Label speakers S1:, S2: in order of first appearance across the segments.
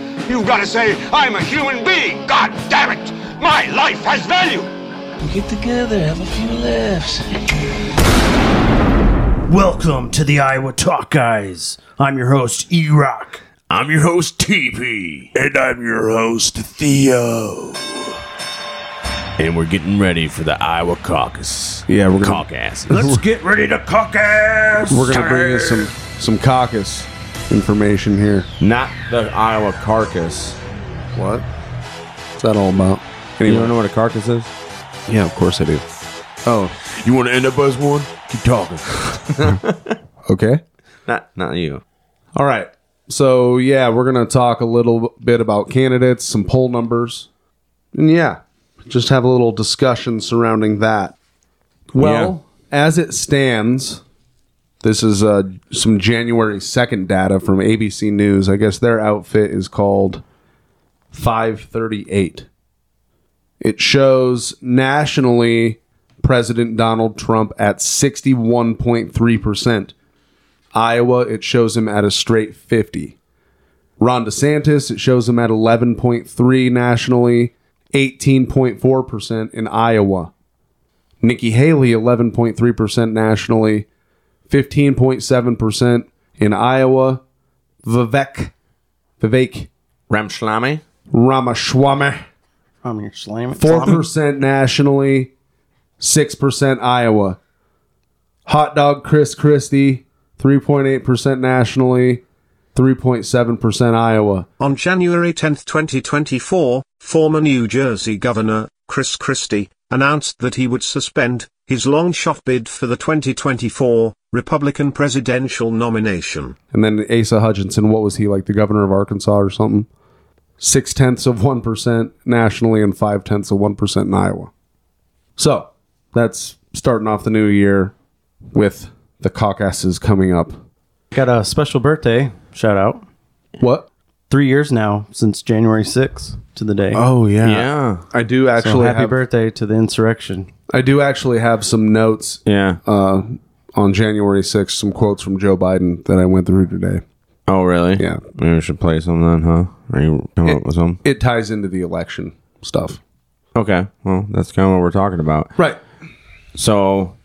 S1: You've got to say, I'm a human being. God damn it. My life has value.
S2: Get together, have a few laughs.
S3: Welcome to the Iowa Talk Guys. I'm your host, E Rock.
S4: I'm your host, TP.
S5: And I'm your host, Theo.
S4: And we're getting ready for the Iowa caucus.
S6: Yeah, we're gonna-
S4: caucus.
S3: Let's get ready to cock ass.
S6: We're gonna bring you some some caucus information here.
S4: Not the Iowa carcass.
S6: What? What's that all about?
S4: You
S6: Anyway,
S4: don't know what a carcass is?
S6: yeah, of course I do. Oh,
S5: You want to end up as one? Keep talking.
S6: okay.
S4: Not, not you.
S6: All right. So yeah, we're gonna talk a little bit about candidates, some poll numbers, and yeah, just have a little discussion surrounding that. Well, as it stands, this is uh, some January second data from ABC News. I guess their outfit is called Five Thirty Eight. It shows nationally President Donald Trump at sixty one point three percent. Iowa, it shows him at a straight 50. Ron DeSantis, it shows him at 11.3 nationally, 18.4% in Iowa. Nikki Haley, 11.3% nationally, 15.7% in Iowa. Vivek, Vivek
S4: Ramshlami?
S6: Ramaswamy,
S2: I'm your slam.
S6: 4% nationally, 6% Iowa. Hot dog Chris Christie, 3.8% nationally, 3.7% Iowa.
S7: On January 10, 2024, former New Jersey Governor, Chris Christie, announced that he would suspend his long shot bid for the 2024 Republican presidential nomination.
S6: And then Asa Hutchinson, what was he like, the governor of Arkansas or something? Six tenths of 1% nationally and five tenths of 1% in Iowa. So that's starting off the new year with the caucuses coming up.
S2: Got a special birthday shout out.
S6: What?
S2: Three years now since January 6th to the day.
S6: Oh, yeah.
S4: Yeah.
S6: I do
S2: so
S6: actually
S2: happy
S6: have,
S2: birthday to the insurrection.
S6: I do actually have some notes
S4: Yeah.
S6: uh, on January 6th, some quotes from Joe Biden that I went through today.
S4: oh, really?
S6: Yeah.
S4: Maybe we should play some then, huh? Are you coming up with some?
S6: It ties into the election stuff.
S4: Okay. Well, that's kind of what we're talking about.
S6: Right.
S4: So,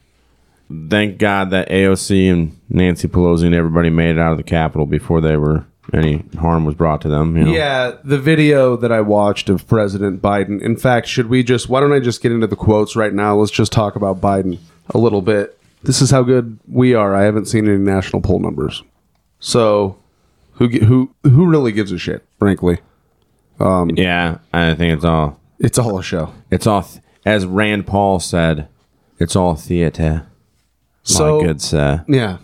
S4: thank God that AOC and Nancy Pelosi and everybody made it out of the Capitol before they were any harm was brought to them. You know?
S6: Yeah, the video that I watched of President Biden. In fact, should we just, why don't I just get into the quotes right now? Let's just talk about Biden a little bit. This is how good we are. I haven't seen any national poll numbers. So, who ge- who who really gives a shit, frankly?
S2: Um,
S4: Yeah. I think it's all.
S6: It's all a show.
S4: It's all. th- As Rand Paul said, it's all theater.
S6: So
S4: My good sir.
S6: Yeah,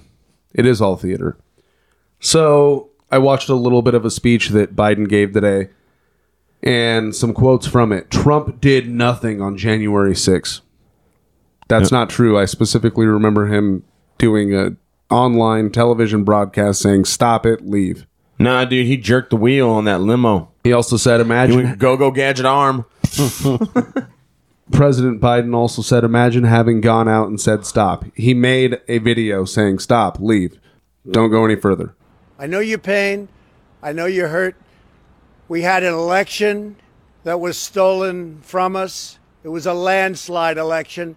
S6: it is all theater. So I watched a little bit of a speech that Biden gave today and some quotes from it. Trump did nothing on January 6th. That's not true. I specifically remember him doing a online television broadcast saying, Stop it, leave.
S4: Nah, dude, he jerked the wheel on that limo.
S6: He also said,
S4: He
S6: Imagine
S4: went go go gadget arm.
S6: President Biden also said, Imagine having gone out and said, Stop. He made a video saying, Stop, leave. Don't go any further.
S8: I know your pain. I know you're hurt. We had an election that was stolen from us. It was a landslide election,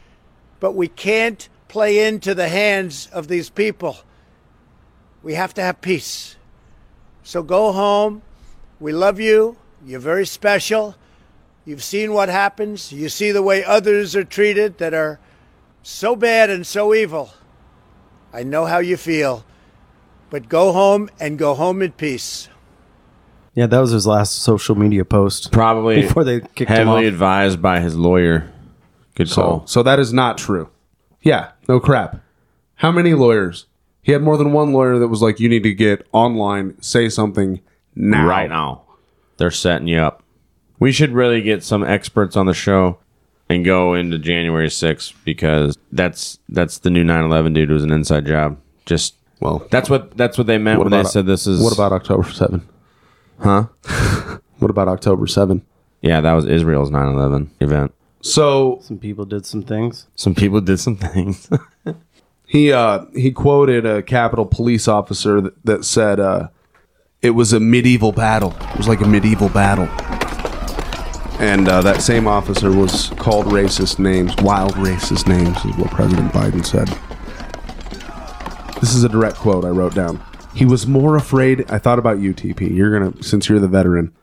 S8: but we can't play into the hands of these people. We have to have peace. So go home. We love you. You're very special. You've seen what happens. You see the way others are treated that are so bad and so evil. I know how you feel. But go home and go home in peace.
S2: Yeah, that was his last social media post.
S4: Probably
S2: before they kicked him off.
S4: heavily advised by his lawyer. Good call.
S6: So that is not true. Yeah, no crap. How many lawyers? He had more than one lawyer that was like, "You need to get online, say something now."
S4: Right now. They're setting you up. We should really get some experts on the show and go into January 6th because that's that's the new 9/11 dude it was an inside job. Just well, that's what that's what they meant
S6: What
S4: when they
S6: about-
S4: said this is
S6: What about October seven?
S4: Huh?
S6: what about October seven?
S4: Yeah, that was Israel's 9/11 event.
S6: So
S2: some people did some things.
S4: Some people did some things.
S6: he uh, he quoted a Capitol police officer that, that said, uh, "It was a medieval battle. It was like a medieval battle." And uh, that same officer was called racist names, wild racist names, is what President Biden said. This is a direct quote I wrote down. He was more afraid. I thought about you, TP. You're gonna, since you're the veteran.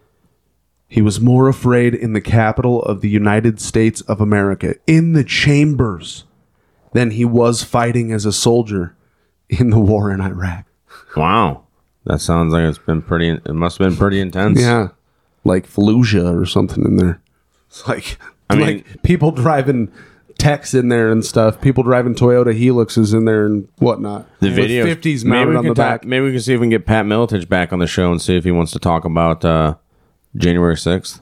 S6: He was more afraid in the capital of the United States of America, in the chambers, than he was fighting as a soldier in the war in Iraq.
S4: Wow. That sounds like it's been pretty it must have been pretty intense.
S6: Yeah. Like Fallujah or something in there. It's like,
S4: I mean-
S6: like people driving techs in there and stuff, people driving Toyota Helixes in there and whatnot.
S4: The
S6: With
S4: video
S6: 50s
S4: Maybe we
S6: mounted on
S4: can
S6: the
S4: ta-
S6: back.
S4: Maybe we can see if we can get Pat Militich back on the show and see if he wants to talk about uh, January sixth,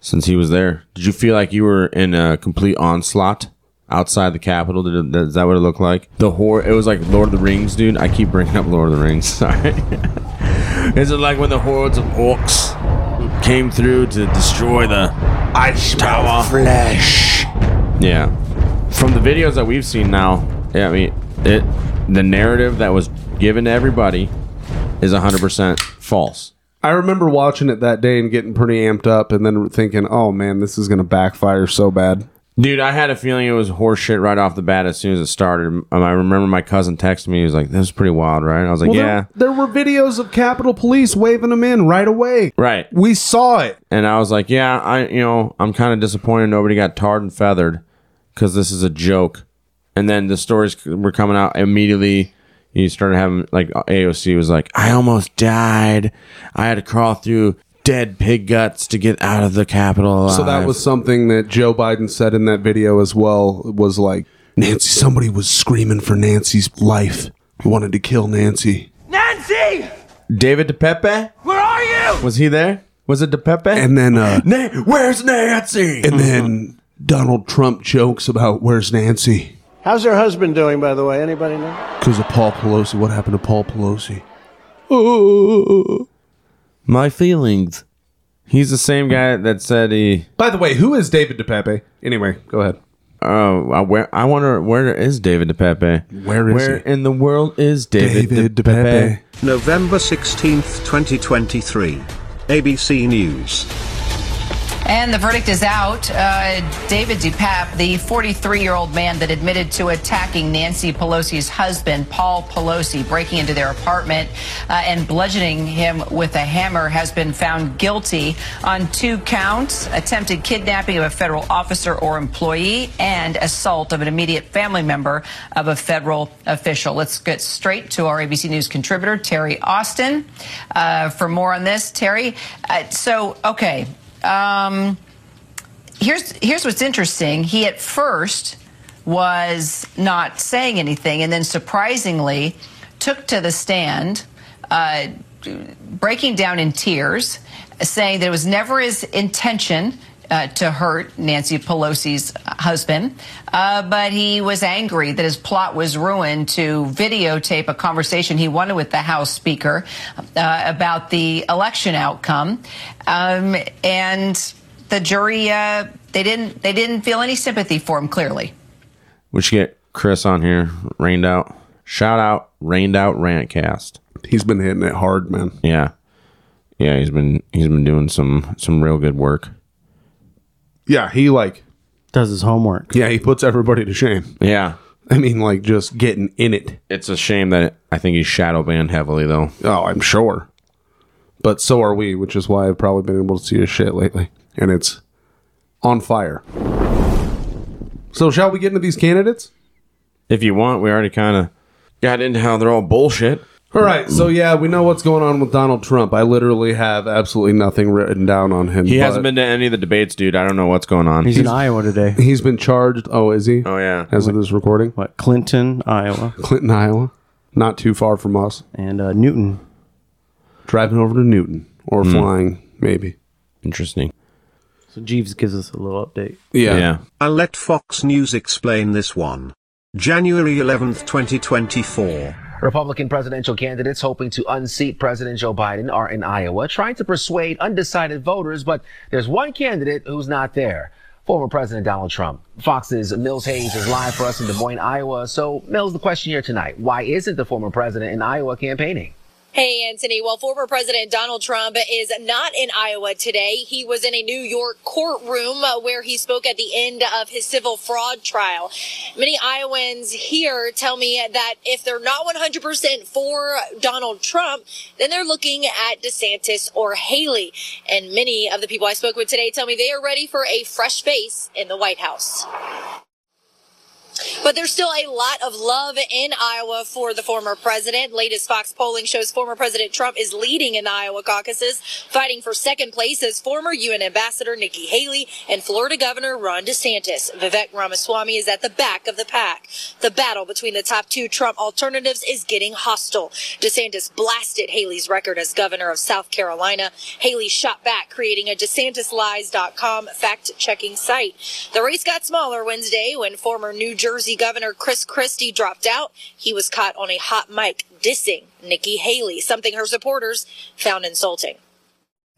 S4: since he was there. Did you feel like you were in a complete onslaught outside the Capitol? Did it, is that what it looked like? The horror. It was like Lord of the Rings, dude. I keep bringing up Lord of the Rings. Sorry. is it like when the hordes of orcs came through to destroy the ice tower?
S5: Flesh.
S4: Yeah. From the videos that we've seen now, yeah, I mean, it the narrative that was given to everybody is 100% false.
S6: I remember watching it that day and getting pretty amped up and then thinking, oh man, this is going to backfire so bad.
S4: Dude, I had a feeling it was horseshit right off the bat as soon as it started. Um, I remember my cousin texted me. He was like, "This is pretty wild, right?" I was like,
S6: Well,
S4: "Yeah,
S6: There, there were videos of Capitol Police waving them in right away.
S4: right."
S6: We saw it.
S4: And I was like, "Yeah, I, you know, I'm kind of disappointed nobody got tarred and feathered because this is a joke." And then the stories c- were coming out immediately. You started having like AOC was like, "I almost died. I had to crawl through dead pig guts to get out of the Capitol."
S6: So that
S4: alive."
S6: was something that Joe Biden said in that video as well. Was like Nancy, somebody was screaming for Nancy's life, wanted to kill Nancy.
S9: Nancy!
S4: David DePepe.
S9: Where are you?
S4: Was he there? Was it DePepe?
S6: And then, uh,
S4: Na- where's Nancy?
S6: and then Donald Trump jokes about where's Nancy
S8: How's her husband doing, by the way? Anybody know?
S6: because of Paul Pelosi. What happened to Paul Pelosi?
S4: Ooh, my feelings. He's the same guy that said he.
S6: By the way, who is David DePepe? Anyway, go ahead.
S4: Oh, I, where I wonder where is David DePepe?
S6: Where is
S4: Where in the world is David,
S6: David
S4: DePepe?
S7: November 16th, 2023. ABC News.
S10: And the verdict is out. Uh, David DuPap, the 43 year old man that admitted to attacking Nancy Pelosi's husband, Paul Pelosi, breaking into their apartment uh, and bludgeoning him with a hammer, has been found guilty on two counts attempted kidnapping of a federal officer or employee and assault of an immediate family member of a federal official. Let's get straight to our ABC News contributor, Terry Austin, uh, for more on this. Terry, uh, so, okay. Um, here's here's what's interesting. He at first was not saying anything, and then surprisingly took to the stand, uh, breaking down in tears, saying that it was never his intention. Uh, to hurt Nancy Pelosi's husband, uh, but he was angry that his plot was ruined to videotape a conversation he wanted with the House Speaker uh, about the election outcome. Um, and the jury uh, they didn't they didn't feel any sympathy for him. Clearly,
S4: We should get Chris on here. Rained out. Shout out. Rained out. Rantcast.
S6: He's been hitting it hard, man.
S4: Yeah, yeah. He's been he's been doing some some real good work.
S6: Yeah, he like
S2: does his homework.
S6: Yeah, he puts everybody to shame.
S4: Yeah.
S6: I mean, like just getting in it.
S4: It's a shame that I think he's shadow banned heavily though.
S6: Oh, I'm sure. But so are we, which is why I've probably been able to see his shit lately, and it's on fire. So shall we get into these candidates?
S4: If you want, we already kind of got into how they're all bullshit.
S6: All right, so yeah, we know what's going on with Donald Trump. I literally have absolutely nothing written down on him.
S4: He
S6: but
S4: hasn't been to any of the debates, dude. I don't know what's going on.
S2: He's in Iowa today.
S6: He's been charged. Oh, is he?
S4: Oh yeah.
S6: As of this recording,
S2: what? Clinton, Iowa.
S6: Clinton, Iowa, not too far from us,
S2: and uh, Newton.
S6: Driving over to Newton or
S2: Hmm.
S6: flying, maybe.
S4: Interesting.
S2: So Jeeves gives us a little update.
S7: I'll let Fox News explain this one. January 11th, 2024.
S11: Republican presidential candidates hoping to unseat President Joe Biden are in Iowa, trying to persuade undecided voters, but there's one candidate who's not there. Former President Donald Trump. Fox's Mills Hayes is live for us in Des Moines, Iowa. So, Mills, the question here tonight, why isn't the former president in Iowa campaigning?
S12: Hey, Anthony. Well, former President Donald Trump is not in Iowa today. He was in a New York courtroom uh, where he spoke at the end of his civil fraud trial. Many Iowans here tell me that if they're not 100% for Donald Trump, then they're looking at DeSantis or Haley. And many of the people I spoke with today tell me they are ready for a fresh face in the White House. But there's still a lot of love in Iowa for the former president. Latest Fox polling shows former President Trump is leading in the Iowa caucuses, fighting for second place as former UN Ambassador Nikki Haley and Florida Governor Ron DeSantis. Vivek Ramaswamy is at the back of the pack. The battle between the top two Trump alternatives is getting hostile. DeSantis blasted Haley's record as governor of South Carolina. Haley shot back, creating a DeSantisLies.com fact checking site. The race got smaller Wednesday when former New Jersey Governor Chris Christie dropped out. He was caught on a hot mic dissing Nikki Haley, something her supporters found insulting.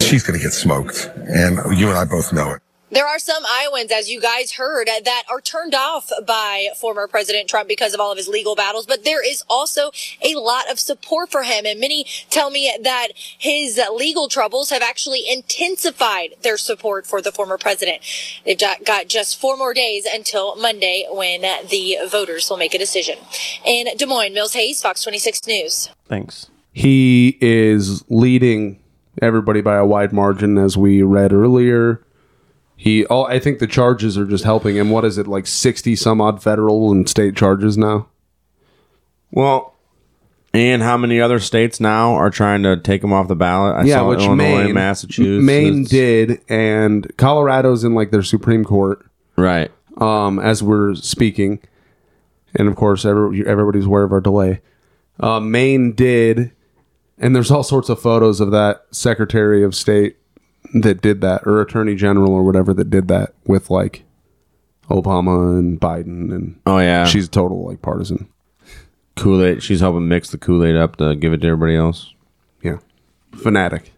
S13: She's going to get smoked, and you and I both know it.
S12: There are some Iowans, as you guys heard, that are turned off by former President Trump because of all of his legal battles, but there is also a lot of support for him. And many tell me that his legal troubles have actually intensified their support for the former president. They've ju- got just four more days until Monday when the voters will make a decision. In Des Moines, Mills Hayes, Fox 26 News.
S2: Thanks.
S6: He is leading everybody by a wide margin, as we read earlier. He, oh, I think the charges are just helping him. What is it, like sixty some odd federal and state charges now?
S4: Well, and how many other states now are trying to take him off the ballot? I saw Illinois, Massachusetts,
S6: Maine did, and Colorado's in like their Supreme Court,
S4: right?
S6: Um, as we're speaking, and of course, every, everybody's aware of our delay. Uh, Maine did, and there's all sorts of photos of that Secretary of State that did that, or Attorney General, or whatever that did that with like Obama and Biden, and
S4: Oh yeah,
S6: she's total like partisan.
S4: Kool Aid. She's helping mix the Kool Aid up to give it to everybody else.
S6: Yeah, fanatic.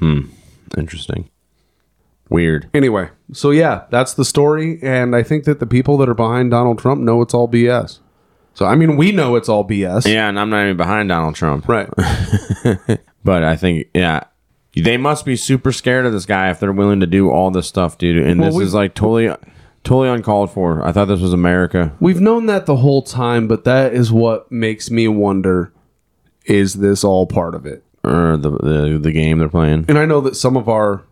S4: Hmm. Interesting. Weird.
S6: Anyway, so yeah, that's the story, and I think that the people that are behind Donald Trump know it's all BS. So I mean, we know it's all BS.
S4: Yeah, and I'm not even behind Donald Trump.
S6: Right.
S4: but I think yeah. They must be super scared of this guy if they're willing to do all this stuff, dude. And
S6: Well,
S4: this
S6: we-
S4: is like totally totally uncalled for. I thought this was America.
S6: We've known that the whole time, but that is what makes me wonder: is this all part of it?
S4: Or the the, the game they're playing.
S6: And I know that some of our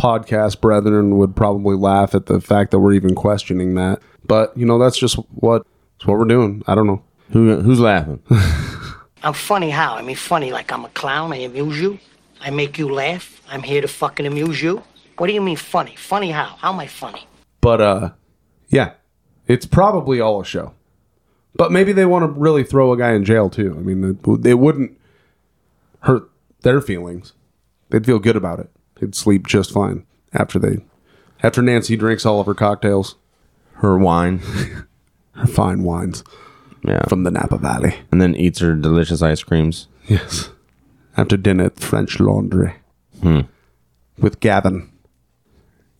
S6: podcast brethren would probably laugh at the fact that we're even questioning that, but you know, that's just what it's what we're doing. I don't know
S4: who who's laughing.
S14: I'm funny how? I mean, funny like I'm a clown. I amuse you. I make you laugh. I'm here to fucking amuse you. What do you mean funny? Funny how? How am I funny?
S6: But uh yeah, it's probably all a show. But maybe they want to really throw a guy in jail too. I mean, it, w- it wouldn't hurt their feelings. They'd feel good about it. They'd sleep just fine after they after Nancy drinks all of her cocktails,
S4: her wine,
S6: her fine wines.
S4: Yeah.
S6: From the Napa Valley.
S4: And then eats her delicious ice creams.
S6: Yes. After dinner at French Laundry
S4: Hmm.
S6: with Gavin.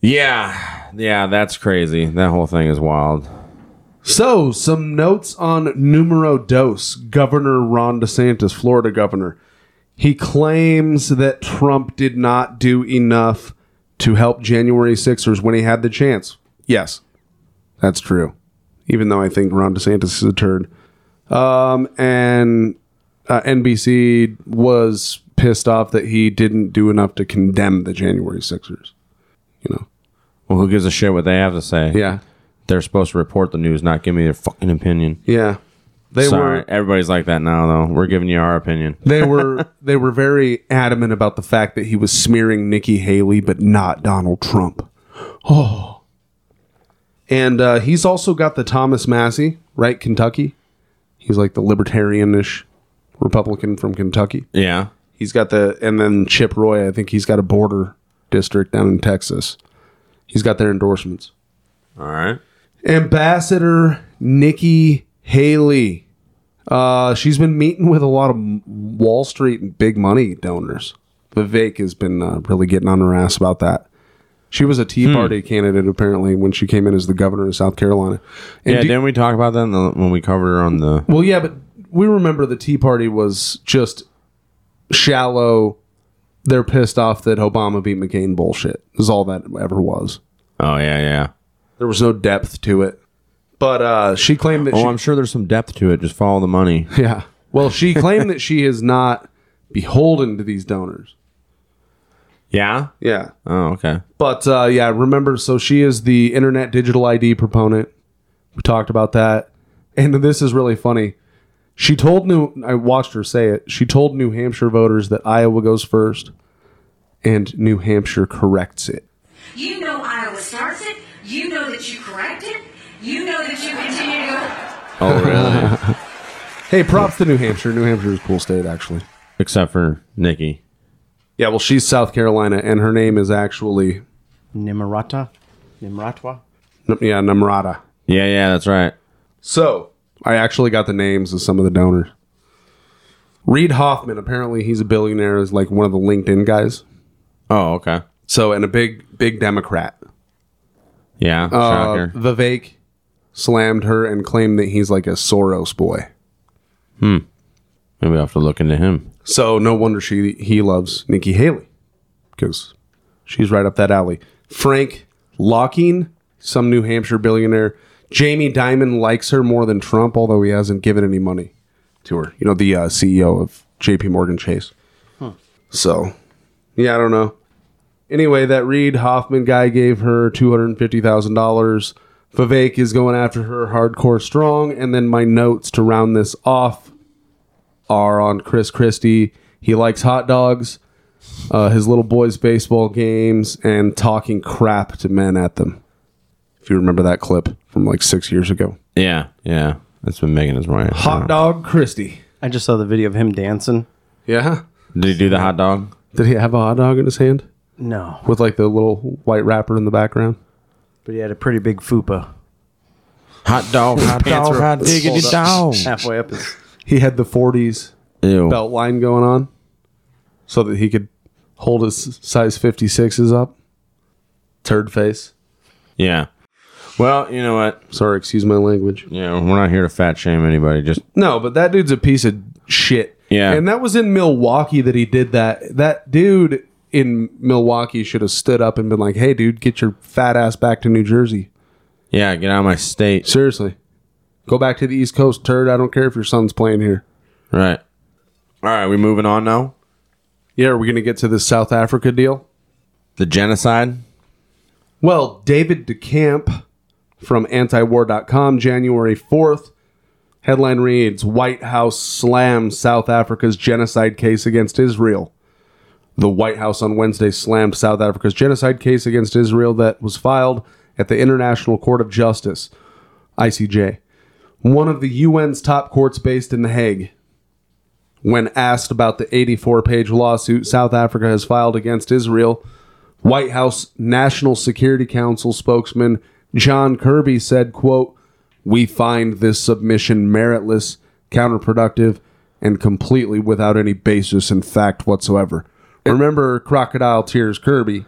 S4: Yeah, yeah, that's crazy. That whole thing is wild.
S6: So, some notes on numero dos, Governor Ron DeSantis, Florida governor. He claims that Trump did not do enough to help January Sixers when he had the chance. Yes, that's true. Even though I think Ron DeSantis is a turd. Um, and uh, NBC was pissed off that he didn't do enough to condemn the January Sixers.
S4: Well, who gives a shit what they have to say? Yeah, they're supposed to report the news, not give me their fucking opinion.
S6: Yeah. They
S4: Sorry,
S6: were-
S4: Everybody's like that now, though. We're giving you our opinion.
S6: They were they were very adamant about the fact that he was smearing Nikki Haley, but not Donald Trump. Oh, and uh, he's also got the Thomas Massey, right? Kentucky. He's like the libertarianish Republican from Kentucky.
S4: Yeah.
S6: He's got the and then Chip Roy. I think he's got a border district down in Texas. He's got their endorsements.
S4: All right.
S6: Ambassador Nikki Haley. Uh, she's been meeting with a lot of m- Wall Street and big money donors. Vivek has been uh, really getting on her ass about that. She was a Tea
S4: Hmm.
S6: Party candidate apparently when she came in as the governor of South Carolina. And
S4: yeah,
S6: do-
S4: didn't we talk about that in the, when we covered her on the?
S6: well, yeah, but we remember the Tea Party was just shallow. They're pissed off that Obama beat McCain bullshit. Is all that ever was.
S4: Oh yeah, yeah.
S6: There was no depth to it. But uh, she claimed that
S4: Oh,
S6: she,
S4: I'm sure there's some depth to it. Just follow the money.
S6: Yeah. Well, she claimed that she is not beholden to these donors.
S4: Yeah.
S6: Yeah.
S4: Oh, okay.
S6: But uh, yeah, remember, so she is the internet digital ID proponent. We talked about that. And this is really funny. She told New, I watched her say it. She told New Hampshire voters that Iowa goes first and New Hampshire corrects it.
S15: You know Iowa starts it. You know that you correct it. You know that you continue to
S4: Oh, really?
S6: hey, props to New Hampshire. New Hampshire is a cool state, actually.
S4: Except for Nikki.
S6: Yeah, well, she's South Carolina, and her name is actually,
S2: Nimarata? Nimratwa?
S6: yeah, Namrata.
S4: Yeah, yeah, that's right.
S6: So I actually got the names of some of the donors. Reed Hoffman, apparently he's a billionaire, is like one of the LinkedIn guys.
S4: Oh, okay.
S6: So and a big big Democrat.
S4: Yeah.
S6: Uh,
S4: shocker.
S6: Vivek slammed her and claimed that he's like a Soros boy.
S4: Hmm. Maybe I'll have to look into him.
S6: So no wonder she he loves Nikki Haley because she's right up that alley. Frank Locking, some New Hampshire billionaire. Jamie Dimon likes her more than Trump, although he hasn't given any money to her. You know, the uh, CEO of J.P. Morgan Chase.
S2: Huh.
S6: So, yeah, I don't know. Anyway, that Reed Hoffman guy gave her two hundred fifty thousand dollars. Vivek is going after her hardcore strong, and then my notes to round this off are on Chris Christie. He likes hot dogs, uh, his little boys' baseball games, and talking crap to men at them. If you remember that clip from like six years ago,
S4: Yeah, yeah. That's been making his rant.
S6: hot dog Christie.
S2: I just saw the video of him dancing.
S6: Yeah.
S4: Did he do the hot dog?
S6: Did he have a hot dog in his hand
S2: No.
S6: with like the little white wrapper in the background?
S2: But he had a pretty big fupa.
S4: Hot dog, hot
S2: Pants
S4: dog,
S2: were
S4: hot diggity
S2: pulled up
S4: dog.
S2: Halfway up his.
S6: He had the forties
S4: Ew.
S6: belt line going on, so that he could hold his size fifty sixes up. Turd face.
S4: Yeah. Well, you know what?
S6: Sorry, excuse my language.
S4: Yeah, we're not here to fat shame anybody. Just
S6: No, but that dude's a piece of shit.
S4: Yeah.
S6: And that was in Milwaukee that he did that. That dude in Milwaukee should have stood up and been like, hey, dude, get your fat ass back to New Jersey.
S4: yeah, get out of my state.
S6: Seriously. Go back to the East Coast, turd. I don't care if your son's playing here.
S4: Right. All right, we moving on now.
S6: Yeah, are we going to get to this South Africa deal?
S4: The genocide.
S6: Well, David DeCamp from antiwar.com, January 4th. Headline reads White House slams South Africa's genocide case against Israel. The White House on Wednesday slammed South Africa's genocide case against Israel that was filed at the International Court of Justice, ICJ, one of the UN's top courts based in The Hague. When asked about the 84 page lawsuit South Africa has filed against Israel, White House National Security Council spokesman John Kirby said, quote, We find this submission meritless, counterproductive, and completely without any basis in fact whatsoever. Remember Crocodile Tears Kirby?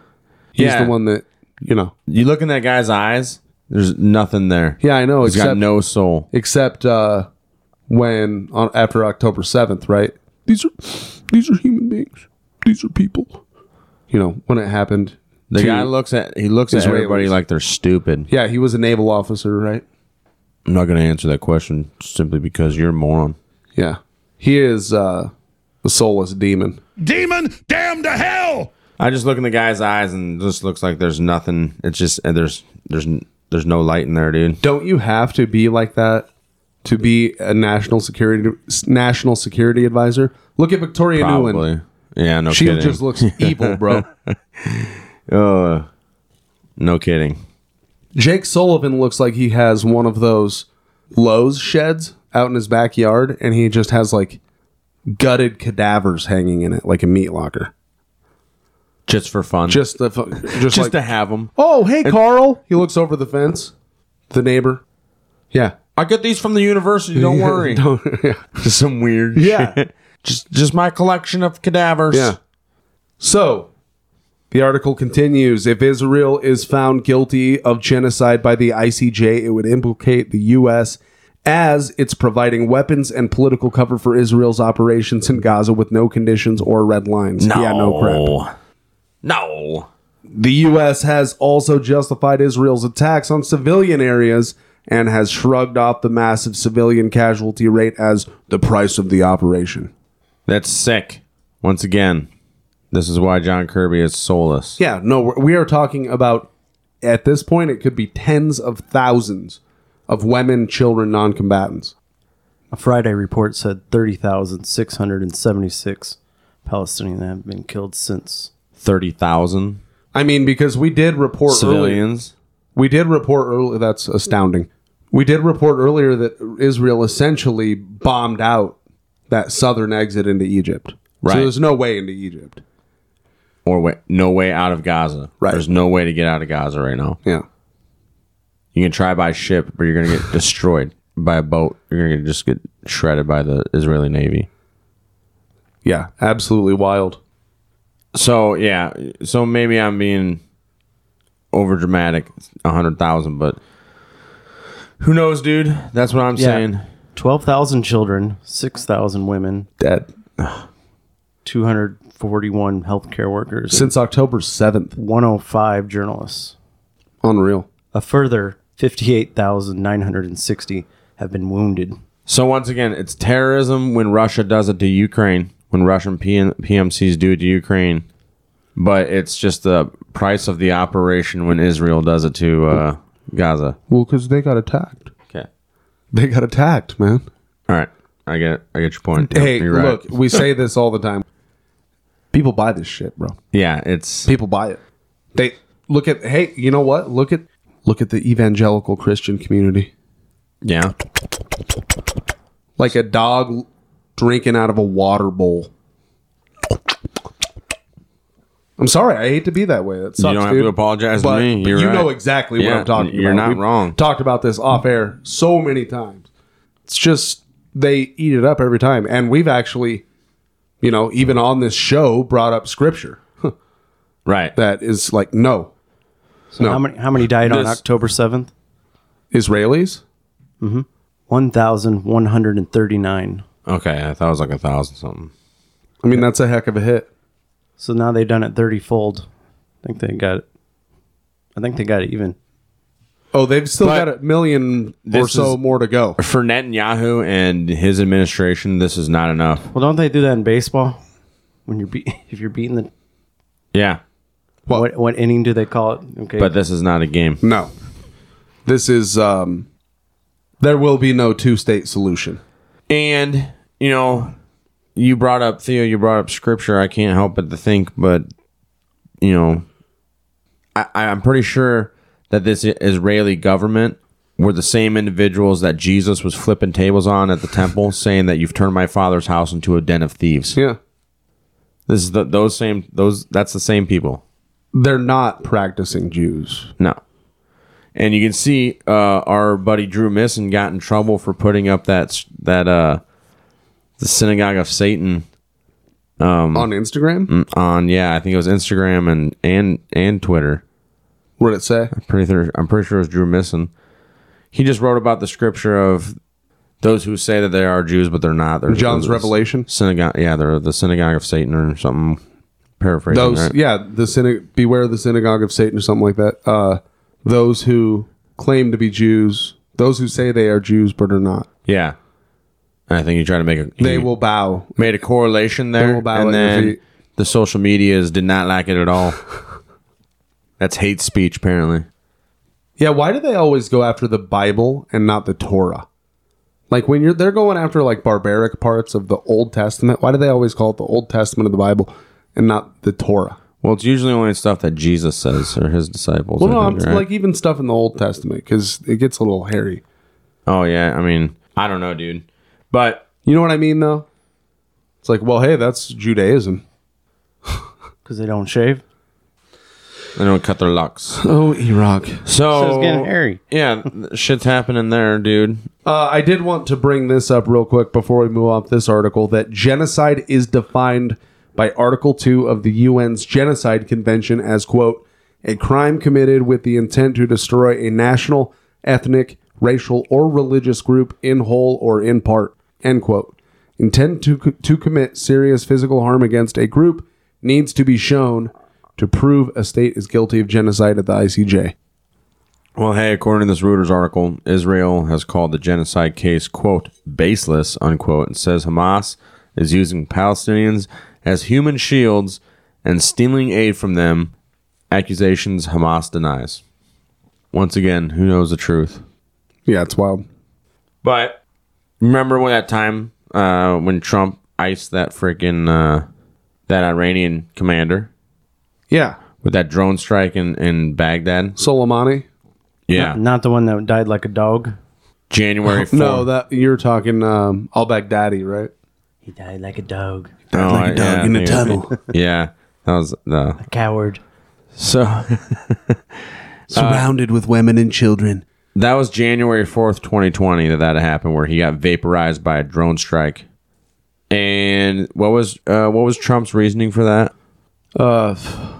S6: He's
S4: Yeah.
S6: the one that you know.
S4: You look in that guy's eyes. There's nothing there.
S6: Yeah, I know.
S4: He's got no soul.
S6: Except uh, when on, after October seventh, right? These are these are human beings. These are people. You know when it happened.
S4: The
S6: to
S4: guy looks at he looks at
S6: Israelis.
S4: everybody like they're stupid.
S6: Yeah, he was a naval officer, right?
S4: I'm not going to answer that question simply because you're a moron.
S6: Yeah, he is uh, a soulless demon.
S5: Demon, damn to hell!
S4: I just look in the guy's eyes and just looks like there's nothing. It's just and there's there's there's no light in there, dude.
S6: Don't you have to be like that to be a national security national security advisor? Look at Victoria Newland.
S4: Yeah, no
S6: she
S4: kidding.
S6: just looks evil, bro.
S4: Uh, no kidding.
S6: Jake Sullivan looks like he has one of those Lowe's sheds out in his backyard, and he just has like gutted cadavers hanging in it, like a meat locker.
S4: Just for fun.
S6: Just the fu- just,
S4: Just
S6: like-
S4: to have them.
S6: Oh, hey, Carl. He looks over the fence. The neighbor. Yeah.
S4: I get these from the university. Don't
S6: Yeah,
S4: worry.
S6: don't-
S4: Just some weird.
S6: Yeah.
S4: shit. just just my collection of cadavers.
S6: Yeah. So, the article continues If Israel is found guilty of genocide by the ICJ, it would implicate the U.S. as it's providing weapons and political cover for Israel's operations in Gaza with no conditions or red lines.
S4: No.
S6: Yeah, no crap.
S4: No.
S6: The U.S. has also justified Israel's attacks on civilian areas and has shrugged off the massive civilian casualty rate as the price of the operation.
S4: That's sick. Once again, this is why John Kirby is soulless.
S6: Yeah, no, we're- we are talking about at this point it could be tens of thousands of women, children, non-combatants.
S2: A Friday report said 30,676 Palestinians have been killed since.
S4: 30,000?
S6: I mean, because we did report
S4: Civilians?
S6: Earlier, we did report earlier. That's astounding. We did report earlier that Israel essentially bombed out that southern exit into Egypt.
S4: Right.
S6: So there's no way into Egypt.
S4: Or wait, no way out of Gaza. Right. There's no way to get out of Gaza right now.
S6: Yeah.
S4: You can try by ship, but you're going to get destroyed by a boat. You're going to just get shredded by the Israeli Navy.
S6: Yeah, absolutely wild.
S4: So, yeah. So maybe I'm being over dramatic, 100,000, but who knows, dude? That's what I'm saying.
S2: 12,000 children, 6,000 women.
S6: Dead.
S2: 241 healthcare workers.
S6: Since October 7th.
S2: 105 journalists.
S6: Unreal.
S2: A further 58,960 have been wounded.
S4: So once again, it's terrorism when Russia does it to Ukraine, when Russian PM- PMCs do it to Ukraine, but it's just the price of the operation when Israel does it to uh, Gaza.
S6: Well, because they got attacked.
S4: Okay.
S6: They got attacked, man.
S4: All right, I get I get your point. Yep,
S6: hey,
S4: you're right.
S6: look, we say this all the time. People buy this shit, bro.
S4: yeah, it's
S6: People buy it. They look at hey, you know what? Look at look at the evangelical Christian community.
S4: yeah.
S6: Like a dog drinking out of a water bowl. I'm sorry, I hate to be that way. That sucks,
S4: you don't have
S6: dude.
S4: to apologize
S6: But-
S4: to me.
S6: but
S4: You're
S6: you
S4: right.
S6: know exactly what
S4: Yeah,
S6: I'm talking
S4: You're
S6: about.
S4: not
S6: We've
S4: wrong.
S6: Talked about this off air so many times. It's just they eat it up every time. And we've actually, you know, even on this show, brought up scripture
S4: Right.
S6: that is like, no,
S2: So
S6: No.
S2: how many how many died on
S6: This-
S2: October 7th?
S6: Israelis.
S2: Mm-hmm. 1,139.
S4: Okay, I thought it was like a thousand something.
S6: I mean, that's a heck of a hit.
S2: So now they've done it 30 fold. I think they got it. I think they got it even.
S6: Oh, they've still
S4: But
S6: got a million or
S4: this
S6: so
S4: is-
S6: more to go.
S4: For Netanyahu and his administration, this is not enough.
S2: Well, don't they do that in baseball? When you're be- if you're beating the
S4: Yeah,
S2: what what inning do they call it? Okay,
S4: but this is not a game.
S6: No, this is um, there will be no two state solution.
S4: And, you know, you brought up Theo, you brought up scripture. I can't help but to think, but you know, I, I'm pretty sure that this Israeli government were the same individuals that Jesus was flipping tables on at the temple, saying that you've turned my father's house into a den of thieves.
S6: Yeah,
S4: This is the, those same those that's the same people.
S6: they're not practicing Jews.
S4: No. And you can see uh, our buddy Drew Misson got in trouble for putting up that that uh, the synagogue of Satan um, mm,
S6: on Instagram.
S4: on yeah, I think it was Instagram and and and Twitter.
S6: What did it say?
S4: I'm pretty, sure. I'm pretty sure it was Drew Misson. He just wrote about the scripture of those who say that they are Jews, but they're not. They're
S6: John's
S4: they're the
S6: Revelation?
S4: Synagogue. Yeah, they're the synagogue of Satan or something. Paraphrasing.
S6: those
S4: right?
S6: yeah the synagogue beware the synagogue of satan or something like that uh those who claim to be jews those who say they are jews but are not
S4: Yeah. And I think you try to make a.
S6: They
S4: he
S6: will bow.
S4: Made a correlation there.
S6: They will bow
S4: and
S6: at your
S4: then
S6: feet.
S4: the social medias did not like it at all. That's hate speech, apparently.
S6: yeah why do they always go after the bible and not the torah like when you're they're going after like barbaric parts of the old testament why do they always call it the old testament of the bible and not the torah
S4: Well, it's usually only stuff that Jesus says or his disciples.
S6: well no
S4: I
S6: i'm
S4: think, right?
S6: like even stuff in the old testament because it gets a little hairy
S4: oh, yeah. I mean, I don't know, dude. But
S6: you know what i mean though it's like well hey that's judaism
S2: because they don't shave
S4: They don't cut their locks.
S6: Oh, Iraq.
S4: So,
S6: So it's getting hairy.
S4: Yeah, th- shit's happening there, dude.
S6: Uh, I did want to bring this up real quick before we move off this article that genocide is defined by Article 2 of the UN's Genocide Convention as, quote, a crime committed with the intent to destroy a national, ethnic, racial, or religious group in whole or in part, end quote. Intent to, co- to commit serious physical harm against a group needs to be shown to prove a state is guilty of genocide at the ICJ.
S4: Well, hey, according to this Reuters article, Israel has called the genocide case, quote, baseless, unquote, and says Hamas is using Palestinians as human shields and stealing aid from them, accusations Hamas denies. Once again, who knows the truth?
S6: Yeah, it's wild.
S4: But remember when that time uh, when Trump iced that freaking uh, that Iranian commander?
S6: Yeah.
S4: With that drone strike in, in Baghdad?
S6: Soleimani?
S4: Yeah.
S2: Not, not the one that died like a dog.
S4: January 4th.
S6: No, that you're talking um, Al Baghdadi, right?
S2: He died like a dog.
S4: Oh,
S6: like a dog
S4: I
S6: in a
S4: think it-
S6: tunnel.
S4: yeah, that was the
S2: Coward.
S4: so
S6: Surrounded with women and children.
S4: that was January fourth, twenty twenty, that that happened where he got vaporized by a drone strike. And what was uh, what was Trump's reasoning for that?
S6: Uh, f-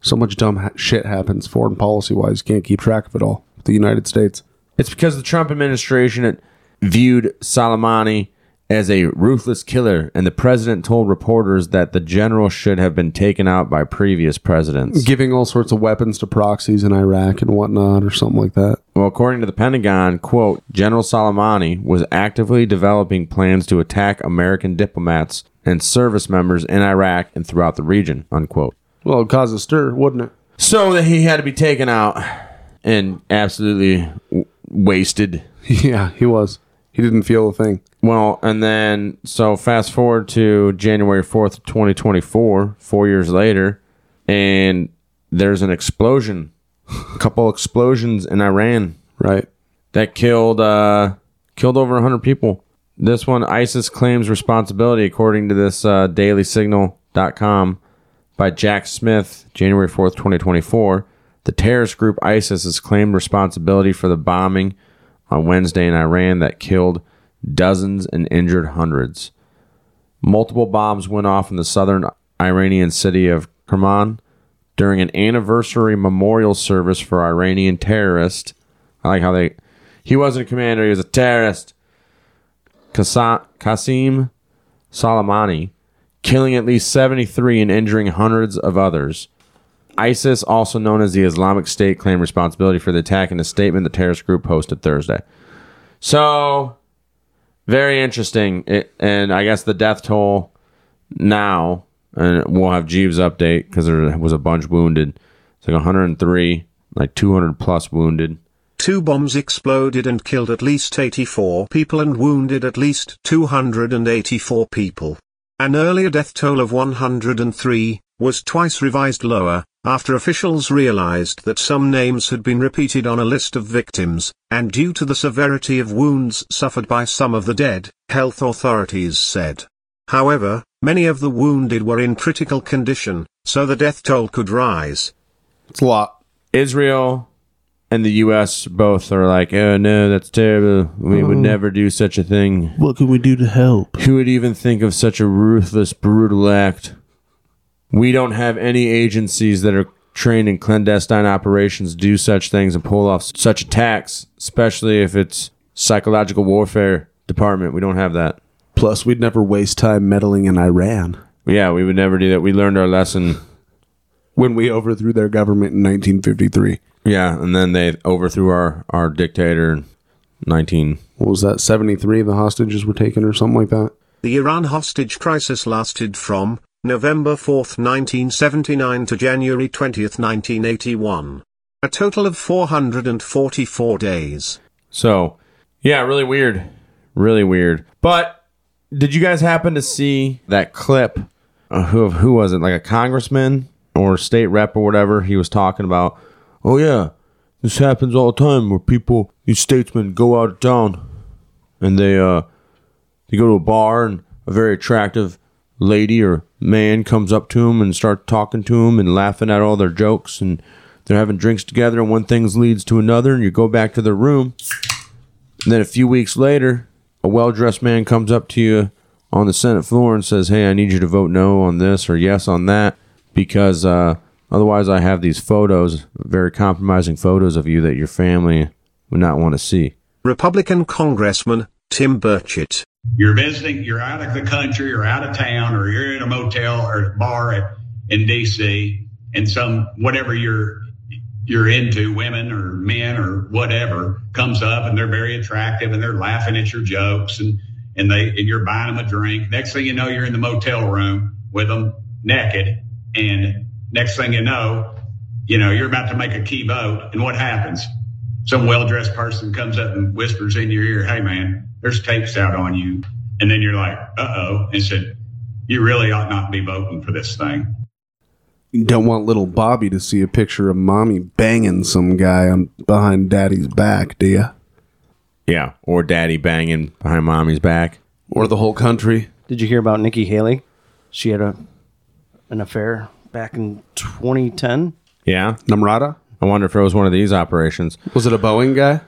S6: so much dumb ha- shit happens foreign policy wise. Can't keep track of it all. The United States.
S4: It's because the Trump administration had viewed Soleimani as a ruthless killer, and the president told reporters that the general should have been taken out by previous presidents.
S6: Giving all sorts of weapons to proxies in Iraq and whatnot, or something like that.
S4: Well, according to the Pentagon, quote, General Soleimani was actively developing plans to attack American diplomats and service members in Iraq and throughout the region, unquote.
S6: Well, it'd cause a stir, wouldn't it?
S4: So that he had to be taken out and absolutely w- wasted.
S6: Yeah, he was. He didn't feel a thing.
S4: Well, and then, so fast forward to January 4th, 2024, four years later, and there's an explosion, a couple explosions in Iran.
S6: Right.
S4: That killed, uh, killed over 100 people. This one, ISIS claims responsibility, according to this uh, dailysignal.com by Jack Smith, January 4th, 2024. The terrorist group ISIS has claimed responsibility for the bombing on Wednesday in Iran that killed dozens and injured hundreds. Multiple bombs went off in the southern Iranian city of Kerman during an anniversary memorial service for Iranian terrorist. I like how they. He wasn't a commander, he was a terrorist. Qasa- Qasim Soleimani, killing at least 73 and injuring hundreds of others. ISIS, also known as the Islamic State, claimed responsibility for the attack in a statement the terrorist group posted Thursday. So, very interesting. It, and I guess the death toll now, and we'll have Jeeves update because there was a bunch wounded. It's like 103, like 200 plus wounded.
S7: Two bombs exploded and killed at least 84 people and wounded at least 284 people. An earlier death toll of 103 was twice revised lower, after officials realized that some names had been repeated on a list of victims, and due to the severity of wounds suffered by some of the dead, health authorities said. However, many of the wounded were in critical condition, so the death toll could rise.
S6: It's a lot.
S4: Israel and the U.S. both are like, oh no, that's terrible. We would
S6: Oh.
S4: never do such a thing.
S6: What can we do to help?
S4: Who would even think of such a ruthless, brutal act? We don't have any agencies that are trained in clandestine operations do such things and pull off such attacks, especially if it's psychological warfare department. We don't have that.
S6: Plus, we'd never waste time meddling in Iran
S4: Yeah, we would never do that. We learned our lesson.
S6: when we overthrew their government in 1953.
S4: Yeah, and then they overthrew our our dictator in 19.
S6: What was that? 73. The hostages were taken, or something like that.
S7: The Iran hostage crisis lasted from November 4, 1979 to January 20, 1981. A total of 444 days.
S4: So, yeah, really weird. Really weird. But did you guys happen to see that clip uh, who of who was it? Like a congressman or state rep or whatever he was talking about. Oh yeah, this happens all the time where people these statesmen go out of town and they uh they go to a bar and a very attractive lady or man comes up to him and start talking to him and laughing at all their jokes and they're having drinks together and one thing leads to another and you go back to their room and then a few weeks later, a well dressed man comes up to you on the Senate floor and says, Hey, I need you to vote no on this or yes on that because uh, otherwise I have these photos, very compromising photos of you that your family would not want to see.
S7: Republican Congressman Tim Burchett.
S16: You're visiting, you're out of the country or out of town or you're in a motel or bar at, in DC and some whatever you're you're into, women or men or whatever, comes up and they're very attractive and they're laughing at your jokes and and they and you're buying them a drink. Next thing you know, you're in the motel room with them naked and next thing you know, you know, you're about to make a key vote and what happens? Some well-dressed person comes up and whispers in your ear, "Hey man, there's tapes out on you." And then you're like, "Uh-oh," and said, "You really ought not be voting for this thing."
S6: You don't want little Bobby to see a picture of mommy banging some guy on behind daddy's back, do you?
S4: Yeah, or daddy banging behind mommy's back.
S6: Or the whole country.
S2: Did you hear about Nikki Haley? She had a an affair back in 2010.
S4: Yeah.
S6: Namrata?
S4: I wonder if it was one of these operations.
S6: Was it a Boeing guy?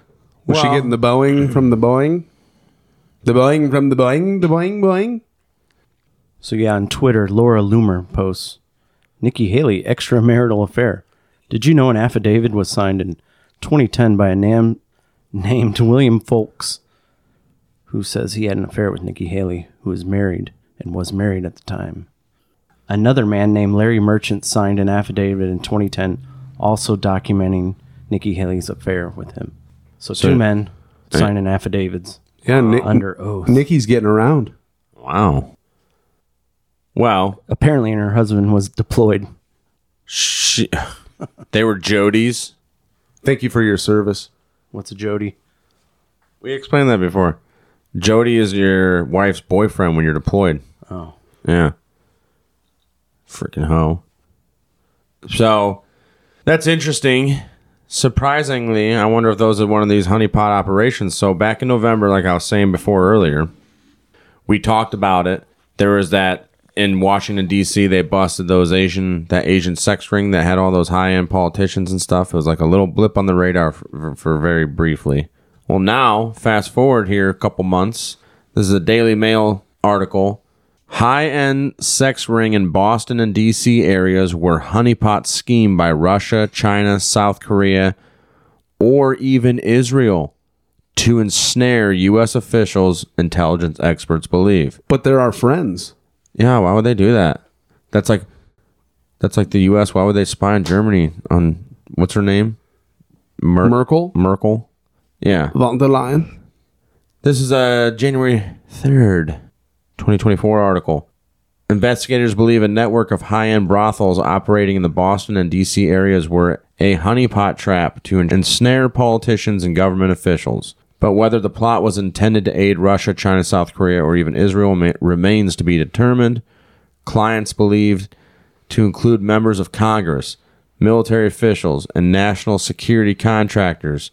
S6: Was she
S2: Well-
S6: getting the Boeing from the Boeing? The Boeing from the Boeing, the Boeing, Boeing?
S2: So yeah, on Twitter, Laura Loomer posts Nikki Haley extramarital affair. Did you know an affidavit was signed in 2010 by a nam named William Folks, who says he had an affair with Nikki Haley, who is married and was married at the time. Another man named Larry Merchant signed an affidavit in 2010, also documenting Nikki Haley's affair with him. So,
S6: So-
S2: two men signing affidavits.
S6: Yeah, Ni-
S2: Uh, under oath.
S6: Nikki's getting around.
S4: Wow. Wow.
S2: Apparently, and her husband was deployed.
S4: She, they were Jody's.
S6: Thank you for your service.
S2: What's a Jody?
S4: We explained that before. Jody is your wife's boyfriend when you're deployed.
S2: Oh.
S4: Yeah. Freaking hoe. So that's interesting. Surprisingly, I wonder if those are one of these honeypot operations. So back in November, like I was saying before earlier, we talked about it. There was that in Washington D.C. They busted those Asian that Asian sex ring that had all those high end politicians and stuff. It was like a little blip on the radar for, for very briefly. Well, now fast forward here a couple months. This is a Daily Mail article. High end sex ring in Boston and D.C. areas were honeypot scheme by Russia, China, South Korea, or even Israel to ensnare U.S. officials, intelligence experts believe.
S6: But they're our friends.
S4: Yeah, why would they do that? That's like, that's like the U.S. Why would they spy on Germany on what's her name? Mer-
S6: Merkel?
S4: Merkel. Yeah.
S6: Von der Leyen?
S4: This is uh, a January 3rd, 2024 article. Investigators believe a network of high end brothels operating in the Boston and D.C. areas were a honeypot trap to ensnare politicians and government officials. But whether the plot was intended to aid Russia, China, South Korea, or even Israel ma- remains to be determined. Clients believed to include members of Congress, military officials, and national security contractors,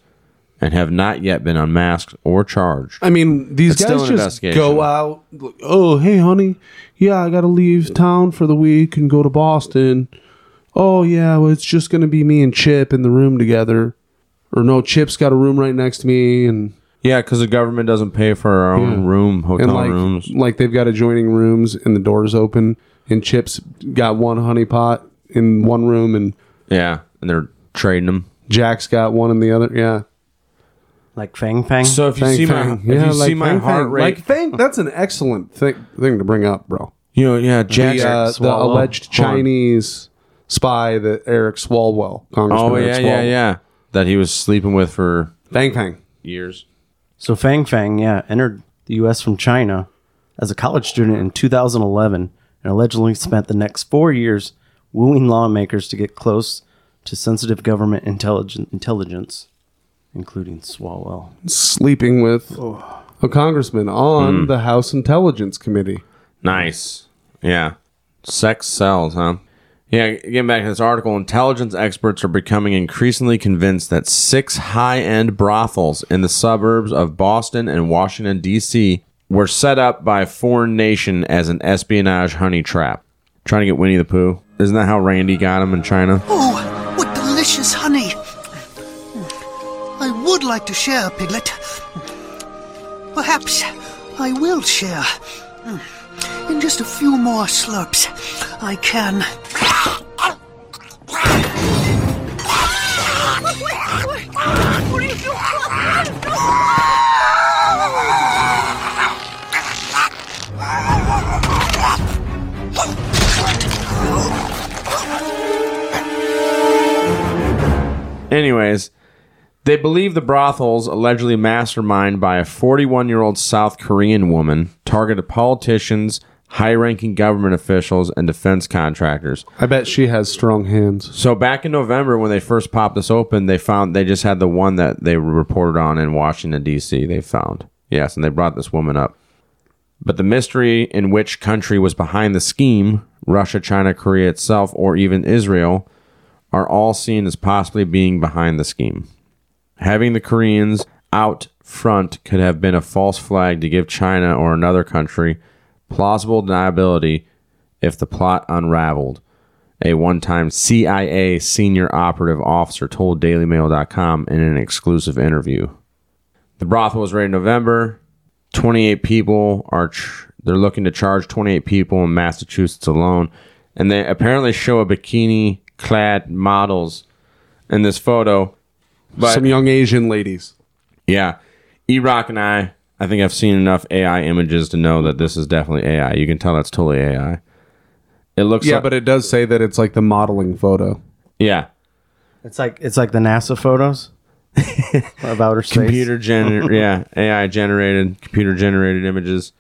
S4: and have not yet been unmasked or charged.
S6: I mean, these
S4: It's still
S6: guys
S4: an
S6: just
S4: investigation.
S6: go out. like, Oh, hey, honey, yeah, I gotta leave town for the week and go to Boston. Oh yeah, well, it's just gonna be me and Chip in the room together, or no, Chip's got a room right next to me, and
S4: Yeah, because the government doesn't pay for our own
S6: Yeah.
S4: room, hotel
S6: Hmm. and like
S4: rooms.
S6: like they've got adjoining rooms and the doors open, and Chip's got one honeypot in one room and
S4: Yeah, and they're trading them.
S6: Jack's got one and the other. Yeah.
S2: Like Fang Fang.
S4: So if you see my- if you see my heart rate-
S6: like Fang, that's an excellent thing thing to bring up, bro.
S4: You know, yeah, Jack-
S6: the, uh, the
S4: Swalwell.
S6: alleged
S4: Hold on.
S6: Chinese spy that Eric Swalwell, Congressman.
S4: Oh
S6: Eric
S4: yeah,
S6: Swalwell.
S4: yeah, yeah. That he was sleeping with for
S6: Fang Fang.
S4: years.
S2: So Fang Fang, yeah, entered the U.S. from China as a college student in 2011 and allegedly spent the next four years wooing lawmakers to get close to sensitive government intelligence, intelligence including Swalwell.
S6: Sleeping with a congressman on
S4: Mm.
S6: the House Intelligence Committee.
S4: Nice. Yeah. Sex sells, huh? Yeah, getting back to this article, intelligence experts are becoming increasingly convinced that six high end brothels in the suburbs of Boston and Washington, D.C. were set up by a foreign nation as an espionage honey trap. Trying to get Winnie the Pooh. Isn't that how Randy got him in China?
S17: Oh, what delicious honey! I would like to share, Piglet. Perhaps I will share. In just a few more slurps, I can.
S4: Anyways, they believe the brothels allegedly masterminded by a 41 year old South Korean woman targeted politicians, high ranking government officials, and defense contractors.
S6: I bet she has strong hands.
S4: So back in November, when they first popped this open, they found they just had the one that they reported on in Washington D.C. They found yes, and they brought this woman up. But the mystery in which country was behind the scheme—Russia, China, Korea itself, or even Israel—are all seen as possibly being behind the scheme. Having the Koreans out front could have been a false flag to give China or another country plausible deniability if the plot unraveled. A one time CIA senior operative officer told DailyMail.com in an exclusive interview. The brothel was raided in November. 28 people are ch- they're looking to charge 28 people in Massachusetts alone, and they apparently show a bikini-clad models in this photo. But
S6: Some young Asian ladies.
S4: yeah, E Rock and I, I think I've seen enough AI images to know that this is definitely AI. You can tell that's totally AI. It looks
S6: yeah,
S4: like,
S6: but it does say that it's like the modeling photo.
S4: yeah,
S2: It's like it's like the NASA photos of outer space.
S4: computer gener yeah AI generated computer generated images.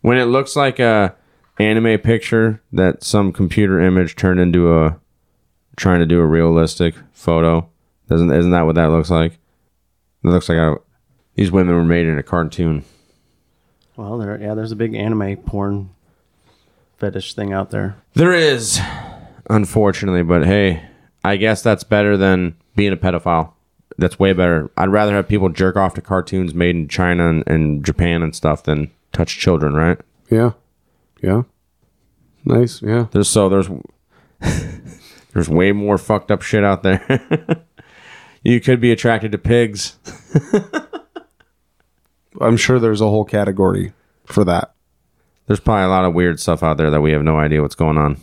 S4: When it looks like a anime picture that some computer image turned into a trying to do a realistic photo, doesn't isn't that what that looks like? It looks like a, these women were made in a cartoon.
S2: Well, there, yeah, there's a big anime porn fetish thing out there.
S4: There is, unfortunately, but hey, I guess that's better than being a pedophile. That's way better. I'd rather have people jerk off to cartoons made in China and, and Japan and stuff than touch children, right?
S6: Yeah. Yeah. Nice. Yeah.
S4: There's so there's there's way more fucked up shit out there. you could be attracted to pigs.
S6: I'm sure there's a whole category for that.
S4: There's probably a lot of weird stuff out there that we have no idea what's going on,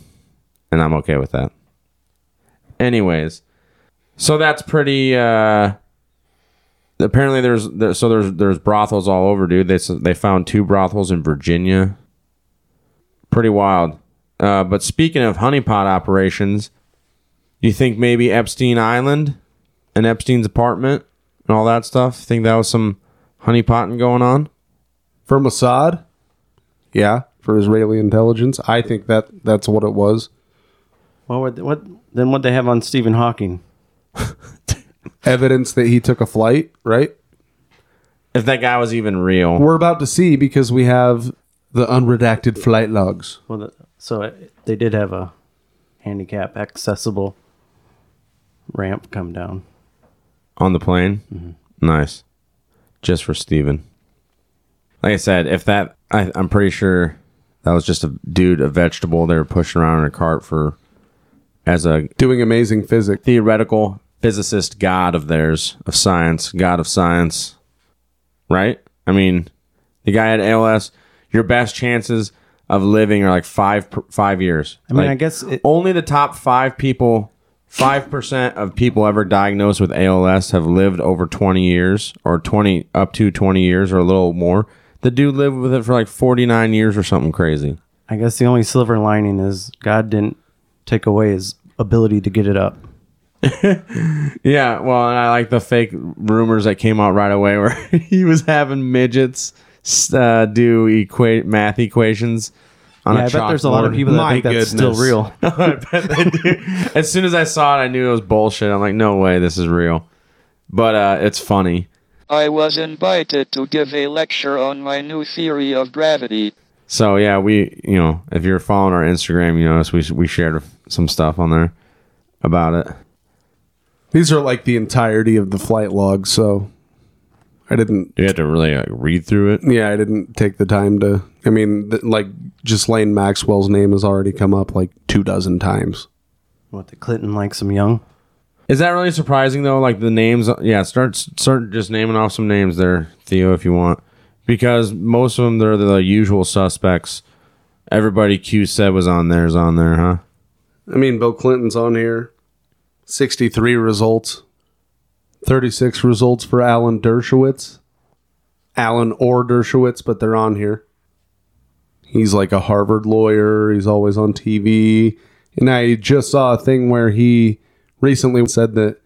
S4: and I'm okay with that. Anyways, so that's pretty. uh Apparently, there's there, so there's there's brothels all over, dude. They s- they found two brothels in Virginia. Pretty wild. Uh, but speaking of honeypot operations, you think maybe Epstein Island and Epstein's apartment and all that stuff? Think that was some honeypotting going on?
S6: For Mossad? Yeah, for Israeli intelligence. I think that that's what it was.
S2: Well, what, what then? What they have on Stephen Hawking?
S6: Evidence that he took a flight, right?
S4: If that guy was even real.
S6: We're about to see because we have the unredacted flight logs.
S2: Well, the, so it, they did have a handicap accessible ramp come down.
S4: On the plane?
S2: Mm-hmm.
S4: Nice. Just for Steven. Like I said, if that, I, I'm pretty sure that was just a dude, a vegetable they were pushing around in a cart for, as a.
S6: Doing amazing physics.
S4: Theoretical physicist god of theirs, of science, god of science. Right? I mean, the guy had ALS. Your best chances of living are like five, per- five years.
S2: I mean,
S4: Like,
S2: I guess it,
S4: only the top five people Five percent of people ever diagnosed with ALS have lived over twenty years, or twenty up to twenty years, or a little more. The dude lived with it for like forty nine years or something crazy.
S2: I guess the only silver lining is God didn't take away his ability to get it up.
S4: Yeah, well, and I like the fake rumors that came out right away where he was having midgets uh, do equa- math equations on
S2: Yeah,
S4: a
S2: I bet there's a lot of
S4: chalkboard.
S2: people that think that's still real.
S4: I bet they do. As soon as I saw it, I knew it was bullshit. I'm like, no way, this is real. But uh, it's funny.
S18: I was invited to give a lecture on my new theory of gravity.
S4: So yeah, we you know if you're following our Instagram, you notice we we shared some stuff on there about it.
S6: These are like the entirety of the flight log, so I didn't.
S4: You had to really like, read through it.
S6: Yeah, I didn't take the time to. I mean, th- like just Lane Maxwell's name has already come up like two dozen times.
S2: What the Clinton likes him young.
S4: Is that really surprising though? Like the names, yeah. Start start just naming off some names there, Theo, if you want, because most of them they're the usual suspects. Everybody Q said was on there is on there, huh?
S6: I mean, Bill Clinton's on here. 63 results. 36 results for Alan Dershowitz. Alan or Dershowitz, but they're on here. He's like a Harvard lawyer. He's always on TV. And I just saw a thing where he recently said that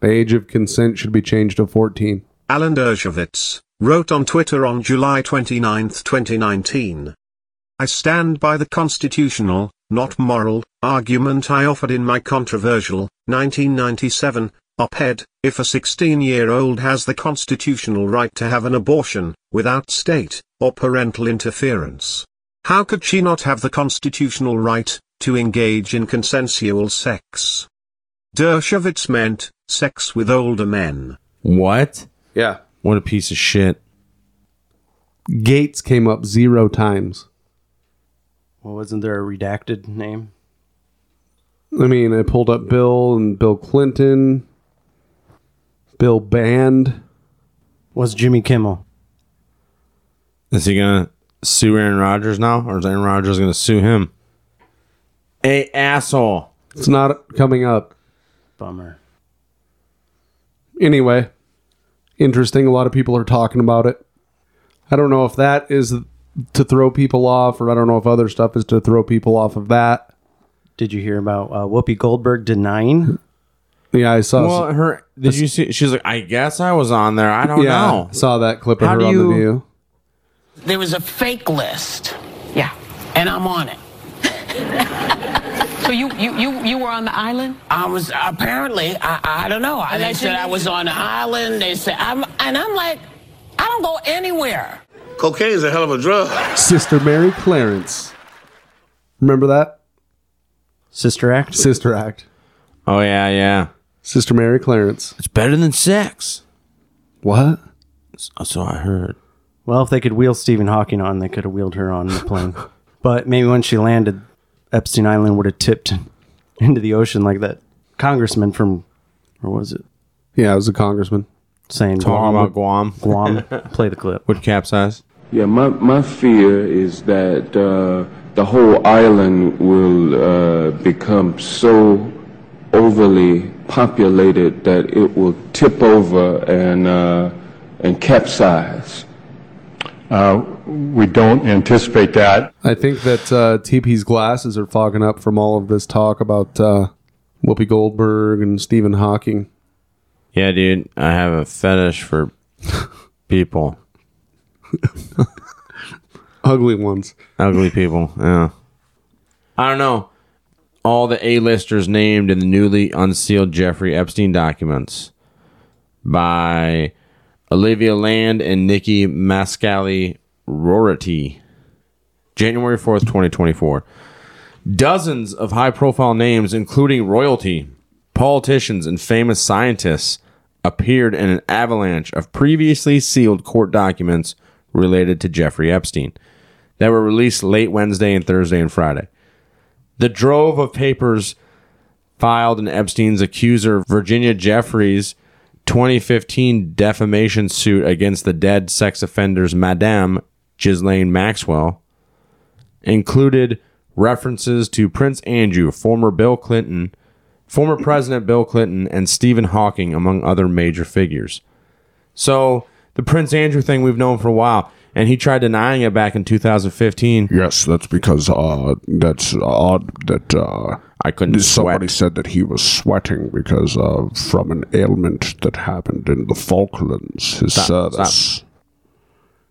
S6: the age of consent should be changed to 14.
S7: Alan Dershowitz, wrote on Twitter on July 29, 2019. I stand by the constitutional, not moral, argument I offered in my controversial, 1997, op-ed, if a 16-year-old has the constitutional right to have an abortion, without state, or parental interference, how could she not have the constitutional right, to engage in consensual sex? Dershowitz meant, sex with older men.
S4: What?
S6: Yeah.
S4: What a piece of shit.
S6: Gates came up zero times.
S2: Well, wasn't there a redacted name?
S6: I mean, I pulled up Bill and Bill Clinton, Bill Band.
S2: Was Jimmy Kimmel?
S4: Is he gonna sue Aaron Rodgers now, or is Aaron Rodgers gonna sue him? A asshole.
S6: It's not coming up.
S2: Bummer.
S6: Anyway, interesting. A lot of people are talking about it. I don't know if that is to throw people off, or I don't know if other stuff is to throw people off of that.
S2: Did you hear about uh, Whoopi Goldberg denying?
S6: Yeah, I saw.
S4: Well, her. Did you see? She's like, I guess I was on there. I don't
S6: yeah,
S4: know.
S6: Saw that clip of
S4: How
S6: her
S4: do
S6: on
S4: you-
S6: the View.
S14: There was a fake list. Yeah. And I'm on it.
S19: So you, you, you, you were on the island?
S14: I was apparently I, I don't know. I, they said I was on an island. They said I'm and I'm like, I don't go anywhere.
S20: Cocaine is a hell of a drug.
S6: Sister Mary Clarence. Remember that?
S2: Sister Act?
S6: Sister Act.
S4: Oh yeah, yeah.
S6: Sister Mary Clarence.
S4: It's better than sex.
S6: What?
S4: uh, So I heard.
S2: Well, if they could wheel Stephen Hawking on, they could have wheeled her on the plane. but maybe when she landed, Epstein Island would have tipped into the ocean like that congressman from, or was it?
S6: Yeah, it was a congressman.
S2: Saying
S4: Talking
S2: Guam
S4: about
S2: would-
S4: Guam.
S2: Guam. Play the clip.
S4: Would capsize.
S21: Yeah, my, my fear is that uh, the whole island will uh, become so overly populated that it will tip over and, uh, and capsize.
S22: Uh, we don't anticipate that.
S6: I think that uh, TP's glasses are fogging up from all of this talk about uh, Whoopi Goldberg and Stephen Hawking.
S4: Yeah, dude. I have a fetish for people.
S6: Ugly ones.
S4: Ugly people. Yeah. I don't know. All the A-listers named in the newly unsealed Jeffrey Epstein documents by Olivia Land and Nikki Mascali Rority. January 4th, 2024. Dozens of high profile names, including royalty, politicians, and famous scientists, appeared in an avalanche of previously sealed court documents related to Jeffrey Epstein that were released late Wednesday and Thursday and Friday. The drove of papers filed in Epstein's accuser, Virginia Jeffries' 2015 defamation suit against the dead sex offender's Madame Ghislaine Maxwell included references to Prince Andrew, former Bill Clinton, former President Bill Clinton, and Stephen Hawking, among other major figures. So the Prince Andrew thing we've known for a while, and he tried denying it back in 2015.
S23: Yes, that's because uh, that's odd that uh,
S4: I couldn't.
S23: Somebody said that he was sweating because uh, from an ailment that happened in the Falklands, his
S4: Stop,
S23: service.
S4: stop.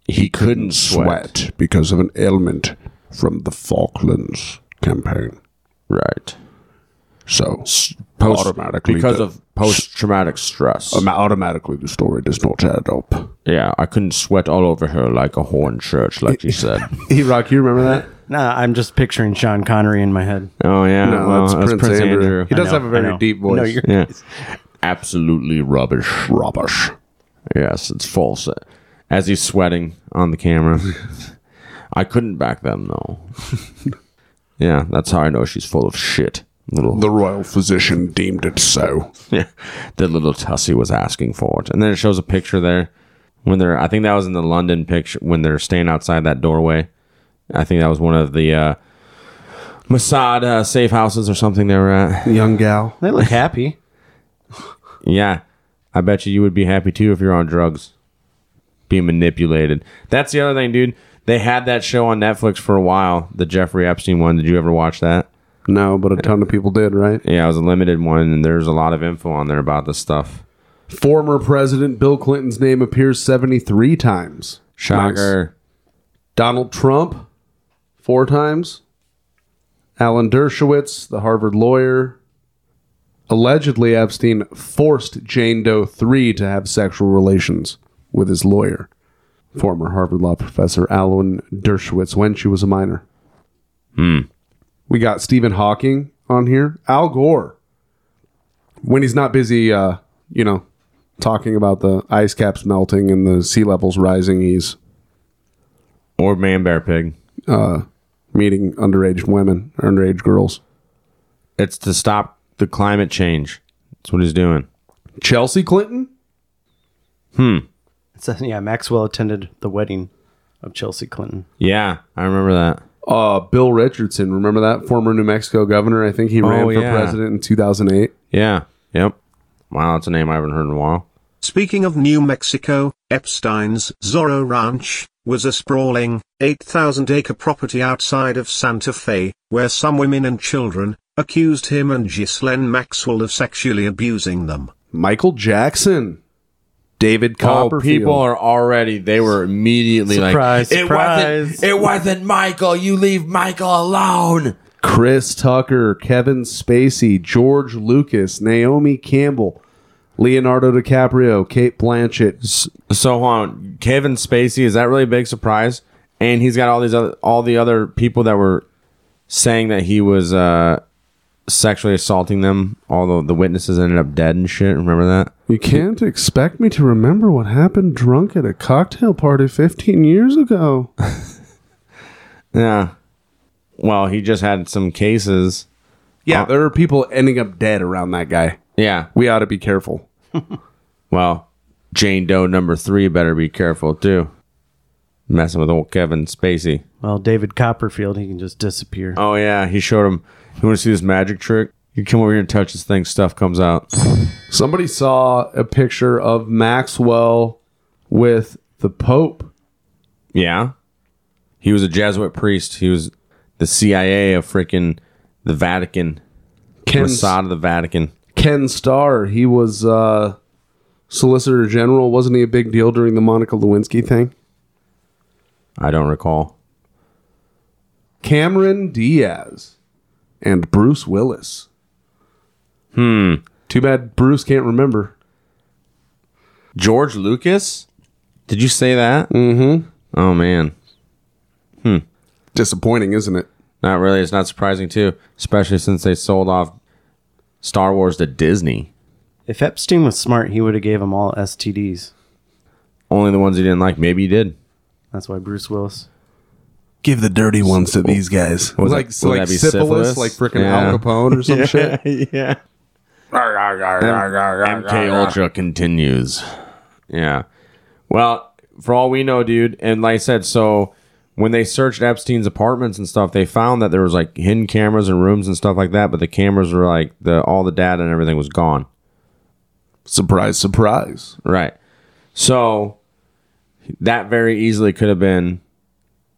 S4: He couldn't sweat.
S23: because of an ailment from the Falklands campaign.
S4: Right.
S23: So
S4: Post,
S23: automatically
S4: because
S23: the-
S4: of post-traumatic stress.
S23: um, automatically the story does not add up.
S4: yeah, I couldn't sweat all over her like a horn church, like you said.
S6: E Rock, you remember that?
S2: Nah, I'm just picturing Sean Connery in my head.
S4: Oh yeah,
S6: No,
S4: well,
S6: that's
S4: that's
S6: Prince Andrew. He does
S2: I know,
S6: have a very
S2: I know.
S6: deep voice.
S2: No, you're-
S4: Yeah. Absolutely rubbish.
S23: Rubbish.
S4: Yes, it's false. As he's sweating on the camera. I couldn't back them though. yeah, that's how I know she's full of shit. Little
S23: The royal physician deemed it so.
S4: yeah, the little tussie was asking for it, and then it shows a picture there when they're. I think that was in the London picture when they're standing outside that doorway. I think that was one of the uh, Mossad uh, safe houses or something they were at.
S6: Young gal.
S2: They look happy.
S4: Yeah, I bet you you would be happy too if you're on drugs, being manipulated. That's the other thing, dude. They had that show on Netflix for a while, the Jeffrey Epstein one. Did you ever watch that?
S6: No, but a ton of people did, right?
S4: Yeah, it was a limited one, and there's a lot of info on there about this stuff.
S6: Former President Bill Clinton's name appears 73 times.
S4: Shocker.
S6: Donald Trump, four times. Alan Dershowitz, the Harvard lawyer. Allegedly, Epstein forced Jane Doe 3 to have sexual relations with his lawyer, former Harvard Law professor Alan Dershowitz, when she was a minor.
S4: Hmm.
S6: We got Stephen Hawking on here. Al Gore. When he's not busy, uh, you know, talking about the ice caps melting and the sea levels rising, he's
S4: Or Man Bear Pig.
S6: uh, meeting underage women, underage girls.
S4: It's to stop the climate change. That's what he's doing.
S6: Chelsea Clinton?
S4: Hmm.
S2: It says, yeah, Maxwell attended the wedding of Chelsea Clinton.
S4: Yeah, I remember that.
S6: Uh, Bill Richardson. Remember that former New Mexico governor? I think he ran
S4: Oh,
S6: for
S4: yeah.
S6: president in 2008.
S4: Yeah. Yep. Wow, that's a name I haven't heard in a while.
S7: Speaking of New Mexico, Epstein's Zorro Ranch was a sprawling, 8,000 acre property outside of Santa Fe, where some women and children accused him and Ghislaine Maxwell of sexually abusing them.
S6: Michael Jackson. David
S4: Oh,
S6: Copperfield.
S4: people are already, they were immediately
S2: Surprise,
S4: like,
S2: surprise.
S4: Wasn't, it wasn't Michael. You leave Michael alone.
S6: Chris Tucker, Kevin Spacey, George Lucas, Naomi Campbell, Leonardo DiCaprio, Kate Blanchett.
S4: So hold on. Kevin Spacey, is that really a big surprise? And he's got all these other, all the other people that were saying that he was uh, sexually assaulting them. Although the witnesses ended up dead and shit. Remember that?
S6: You can't expect me to remember what happened drunk at a cocktail party 15 years ago.
S4: Yeah. Well, he just had some cases. Uh,
S6: Yeah, there are people ending up dead around that guy.
S4: Yeah.
S6: We ought to be careful.
S4: Well, Jane Doe number three better be careful too. Messing with old Kevin Spacey.
S2: Well, David Copperfield, he can just disappear.
S4: Oh yeah, he showed him. You want to see this magic trick? You come over here and touch this thing. Stuff comes out.
S6: Somebody saw a picture of Maxwell with the Pope.
S4: Yeah. He was a Jesuit priest. He was the CIA of freaking the Vatican.
S6: Ken,
S4: Mossad of the Vatican.
S6: Ken Starr, he was uh, Solicitor General. Wasn't he a big deal during the Monica Lewinsky thing?
S4: I don't recall.
S6: Cameron Diaz and Bruce Willis.
S4: Hmm.
S6: Too bad Bruce can't remember.
S4: George Lucas? Did you say that?
S6: Mm-hmm.
S4: Oh man. Hmm.
S6: Disappointing, isn't it?
S4: Not really. It's not surprising too, especially since they sold off Star Wars to Disney.
S2: If Epstein was smart, he would have gave them all STDs.
S4: Only the ones he didn't like. Maybe he did.
S2: That's why Bruce Willis.
S6: Give the dirty ones to these guys.
S4: Was
S6: like
S4: that-
S6: so
S4: would
S6: like
S4: that be
S6: syphilis,
S4: syphilis?
S6: like freaking
S4: Yeah.
S6: Al Capone or some shit.
S4: yeah. MK Ultra continues. Yeah. Well, for all we know, dude, and like I said, so when they searched Epstein's apartments and stuff, they found that there was like hidden cameras and rooms and stuff like that, but the cameras were like the all the data and everything was gone.
S6: Surprise, surprise.
S4: Right. So that very easily could have been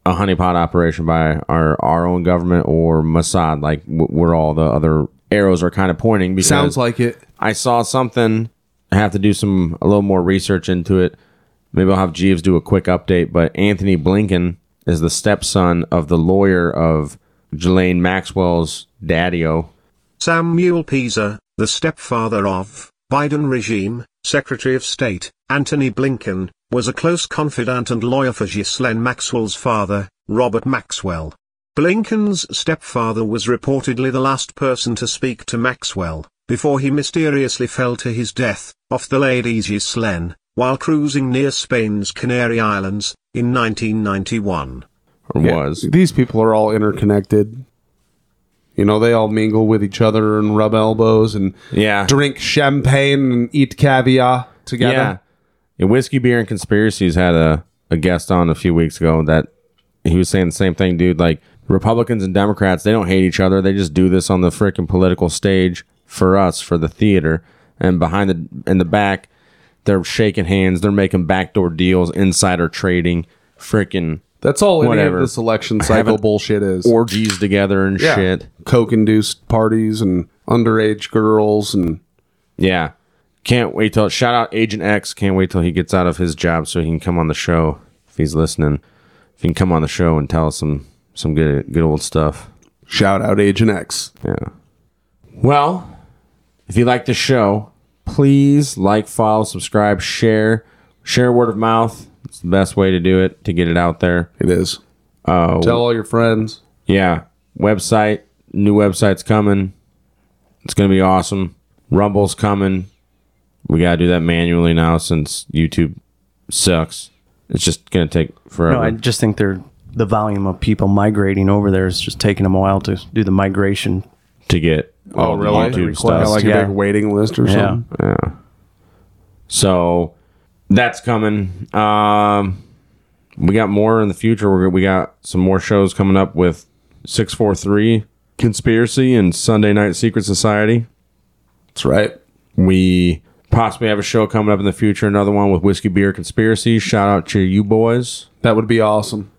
S4: a honeypot operation by our our own government or Mossad, like w- where all the other arrows are kind of pointing. Because
S6: Sounds like it.
S4: I saw something. I have to do some a little more research into it. Maybe I'll have Jeeves do a quick update. But Anthony Blinken is the stepson of the lawyer of Ghislaine Maxwell's daddy-o.
S7: Samuel Pisa, the stepfather of Biden regime, Secretary of State, Anthony Blinken, was a close confidant and lawyer for Ghislaine Maxwell's father, Robert Maxwell. Blinken's stepfather was reportedly the last person to speak to Maxwell, before he mysteriously fell to his death, off the Lady Ghislaine, while cruising near Spain's Canary Islands, in 1991.
S4: Or was.
S6: These people are all interconnected. You know, they all mingle with each other and rub elbows and
S4: Yeah.
S6: drink champagne and eat caviar together.
S4: Yeah. And Whiskey, Beer, and Conspiracies had a, a guest on a few weeks ago that he was saying the same thing, dude. Like, Republicans and Democrats, they don't hate each other. They just do this on the freaking political stage for us, for the theater. And behind the, in the back, they're shaking hands. They're making backdoor deals, insider trading, freaking
S6: That's all any
S4: Whatever.
S6: of this election
S4: Having
S6: cycle bullshit is.
S4: orgies together and shit.
S6: Coke induced parties and underage girls and
S4: Yeah. Can't wait till shout out Agent X. Can't wait till he gets out of his job so he can come on the show if he's listening. If he can come on the show and tell us some some good good old stuff.
S6: shout out Agent X.
S4: Yeah. Well, if you like the show, please like, follow, subscribe, share, share word of mouth. It's the best way to do it to get it out there.
S6: It is.
S4: Uh,
S6: Tell all your friends.
S4: yeah. Website. New website's coming. It's going to be awesome. Rumble's coming. We got to do that manually now since YouTube sucks. It's just going to take forever.
S2: No, I just think they're the volume of people migrating over there is just taking them a while to do the migration.
S4: to get all the YouTube
S6: Got
S4: stuff.
S6: like
S2: Yeah.
S6: a big waiting list or
S2: Yeah.
S6: something.
S4: Yeah. So that's coming. Um, we got more in the future. We're, we got some more shows coming up with 643 Conspiracy and Sunday Night Secret Society.
S6: That's right.
S4: We possibly have a show coming up in the future, another one with Whiskey Beer Conspiracy. Shout out to you boys.
S6: That would be awesome.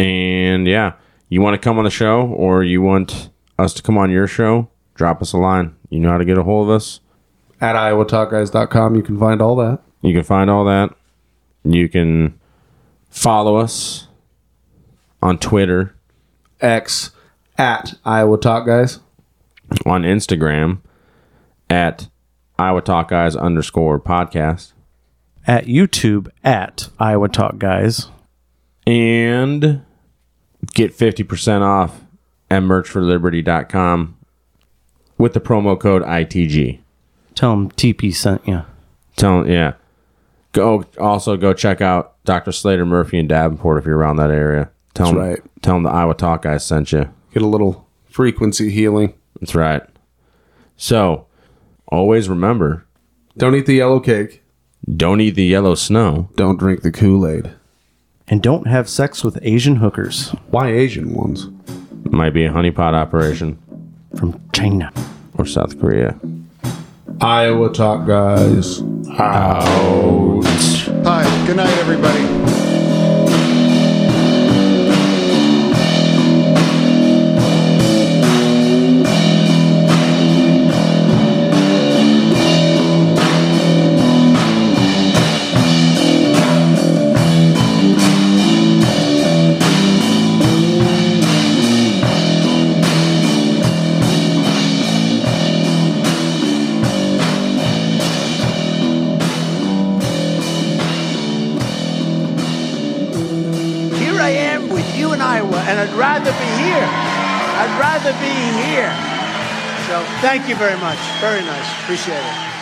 S4: And yeah, you want to come on the show or you want us to come on your show, drop us a line. You know how to get a hold of us.
S6: At iowatalkguys.com, you can find all that.
S4: You can find all that. You can follow us on Twitter,
S6: X at Iowa Talk Guys.
S4: on Instagram at Iowa Talk Guys underscore podcast.
S2: At YouTube at Iowa Talk Guys.
S4: and get 50% off at merchforliberty.com with the promo code ITG.
S2: Tell them TP sent you.
S4: Tell yeah. Go also go check out Dr. Slater Murphy and Davenport if you're around that area. Tell
S6: That's
S4: them
S6: right.
S4: tell them the Iowa Talk guys sent you.
S6: Get a little frequency healing.
S4: That's right. So, always remember,
S6: Don't eat the yellow cake.
S4: don't eat the yellow snow.
S6: Don't drink the Kool Aid.
S2: And don't have sex with Asian hookers
S6: Why Asian ones?
S4: Might be a honeypot operation
S2: from China.
S4: or South Korea.
S6: Iowa Talk Guys.
S4: Out.
S5: Hi, good night, everybody.
S15: Here I am with you in Iowa, and I'd rather be here. I'd rather be here.
S8: So thank you very much. Very nice. Appreciate it.